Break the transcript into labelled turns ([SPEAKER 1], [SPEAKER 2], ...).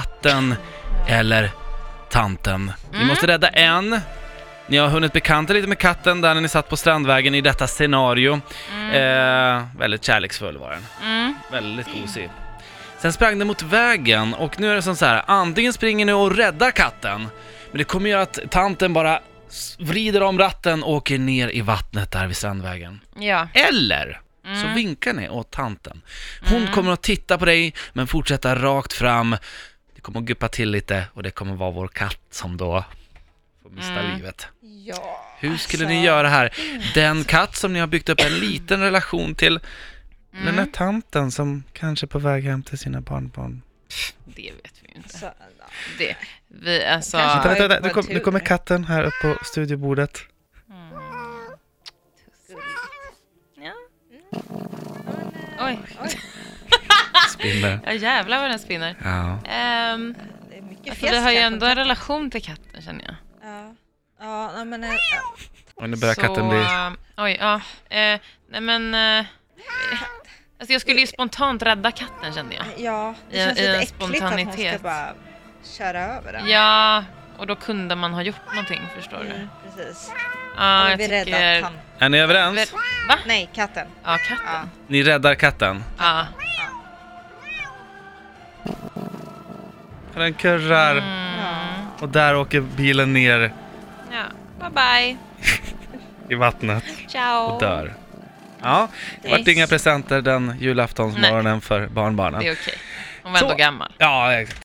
[SPEAKER 1] katten eller tanten. Ni måste rädda en. Ni har hunnit bekanta er lite med katten där när ni satt på Strandvägen i detta scenario. Eh, väldigt kärleksfull var den.
[SPEAKER 2] Mm.
[SPEAKER 1] Väldigt gosig. Sen sprang den mot vägen och nu är det som så här, antingen springer ni och räddar katten, men det kommer göra att tanten bara s- vrider om ratten och åker ner i vattnet där vid Strandvägen.
[SPEAKER 2] Ja.
[SPEAKER 1] Eller så vinkar ni åt tanten. Hon kommer att titta på dig, men fortsätta rakt fram. Det kommer att guppa till lite och det kommer vara vår katt som då får mista livet.
[SPEAKER 3] Ja.
[SPEAKER 1] Hur skulle
[SPEAKER 3] alltså.
[SPEAKER 1] ni göra här? Den katt som ni har byggt upp en liten relation till, den här tanten som kanske är på väg hem till sina barnbarn.
[SPEAKER 2] Det vet vi ju inte.
[SPEAKER 3] Så,
[SPEAKER 2] Det, vi, alltså...
[SPEAKER 3] Kanske
[SPEAKER 1] Vänta, vänta,
[SPEAKER 3] Ja, det
[SPEAKER 1] nu,
[SPEAKER 3] var
[SPEAKER 1] kom,
[SPEAKER 3] tur.
[SPEAKER 1] nu kommer katten här upp på studiobordet.
[SPEAKER 2] Ja. Oj,
[SPEAKER 1] Spinner.
[SPEAKER 2] ja, jävlar vad den spinner.
[SPEAKER 1] Ja.
[SPEAKER 2] Ehm,
[SPEAKER 3] det är
[SPEAKER 2] för
[SPEAKER 3] mycket
[SPEAKER 2] vi
[SPEAKER 3] fest
[SPEAKER 2] har ju
[SPEAKER 3] här
[SPEAKER 2] ändå
[SPEAKER 3] på-
[SPEAKER 2] en relation till katten känner jag.
[SPEAKER 3] Ja, ja nej, men... eh,
[SPEAKER 1] Och nu börjar katten bli...
[SPEAKER 2] eh, Oj, ja. Eh, nej men... eh, alltså jag skulle ju spontant rädda katten kände jag.
[SPEAKER 3] Ja, det
[SPEAKER 2] I en-
[SPEAKER 3] känns
[SPEAKER 2] i
[SPEAKER 3] lite
[SPEAKER 2] en
[SPEAKER 3] äckligt att hon ska
[SPEAKER 2] spontanitet.
[SPEAKER 3] bara köra över den.
[SPEAKER 2] Ja, och då kunde man ha gjort någonting förstår du.
[SPEAKER 3] Mm, precis.
[SPEAKER 2] Ja,
[SPEAKER 3] Ja,
[SPEAKER 2] jag
[SPEAKER 3] vi
[SPEAKER 2] tycker...
[SPEAKER 3] räddar han.
[SPEAKER 1] Är ni överens?
[SPEAKER 2] Ver- Va?
[SPEAKER 3] Nej, katten.
[SPEAKER 2] Ja,
[SPEAKER 3] Ja.
[SPEAKER 2] katten.
[SPEAKER 1] Ni räddar katten.
[SPEAKER 2] Ja.
[SPEAKER 1] Den kurrar
[SPEAKER 2] Mm.
[SPEAKER 1] och där åker bilen ner
[SPEAKER 2] ja. Bye bye.
[SPEAKER 1] i vattnet
[SPEAKER 2] Ciao.
[SPEAKER 1] och dör. Ja, det vart
[SPEAKER 2] Nice.
[SPEAKER 1] inga presenter den julaftonsmorgonen för barnbarnen.
[SPEAKER 2] Det är okej. Hon var ändå
[SPEAKER 1] Så.
[SPEAKER 2] gammal.
[SPEAKER 1] Ja, exakt.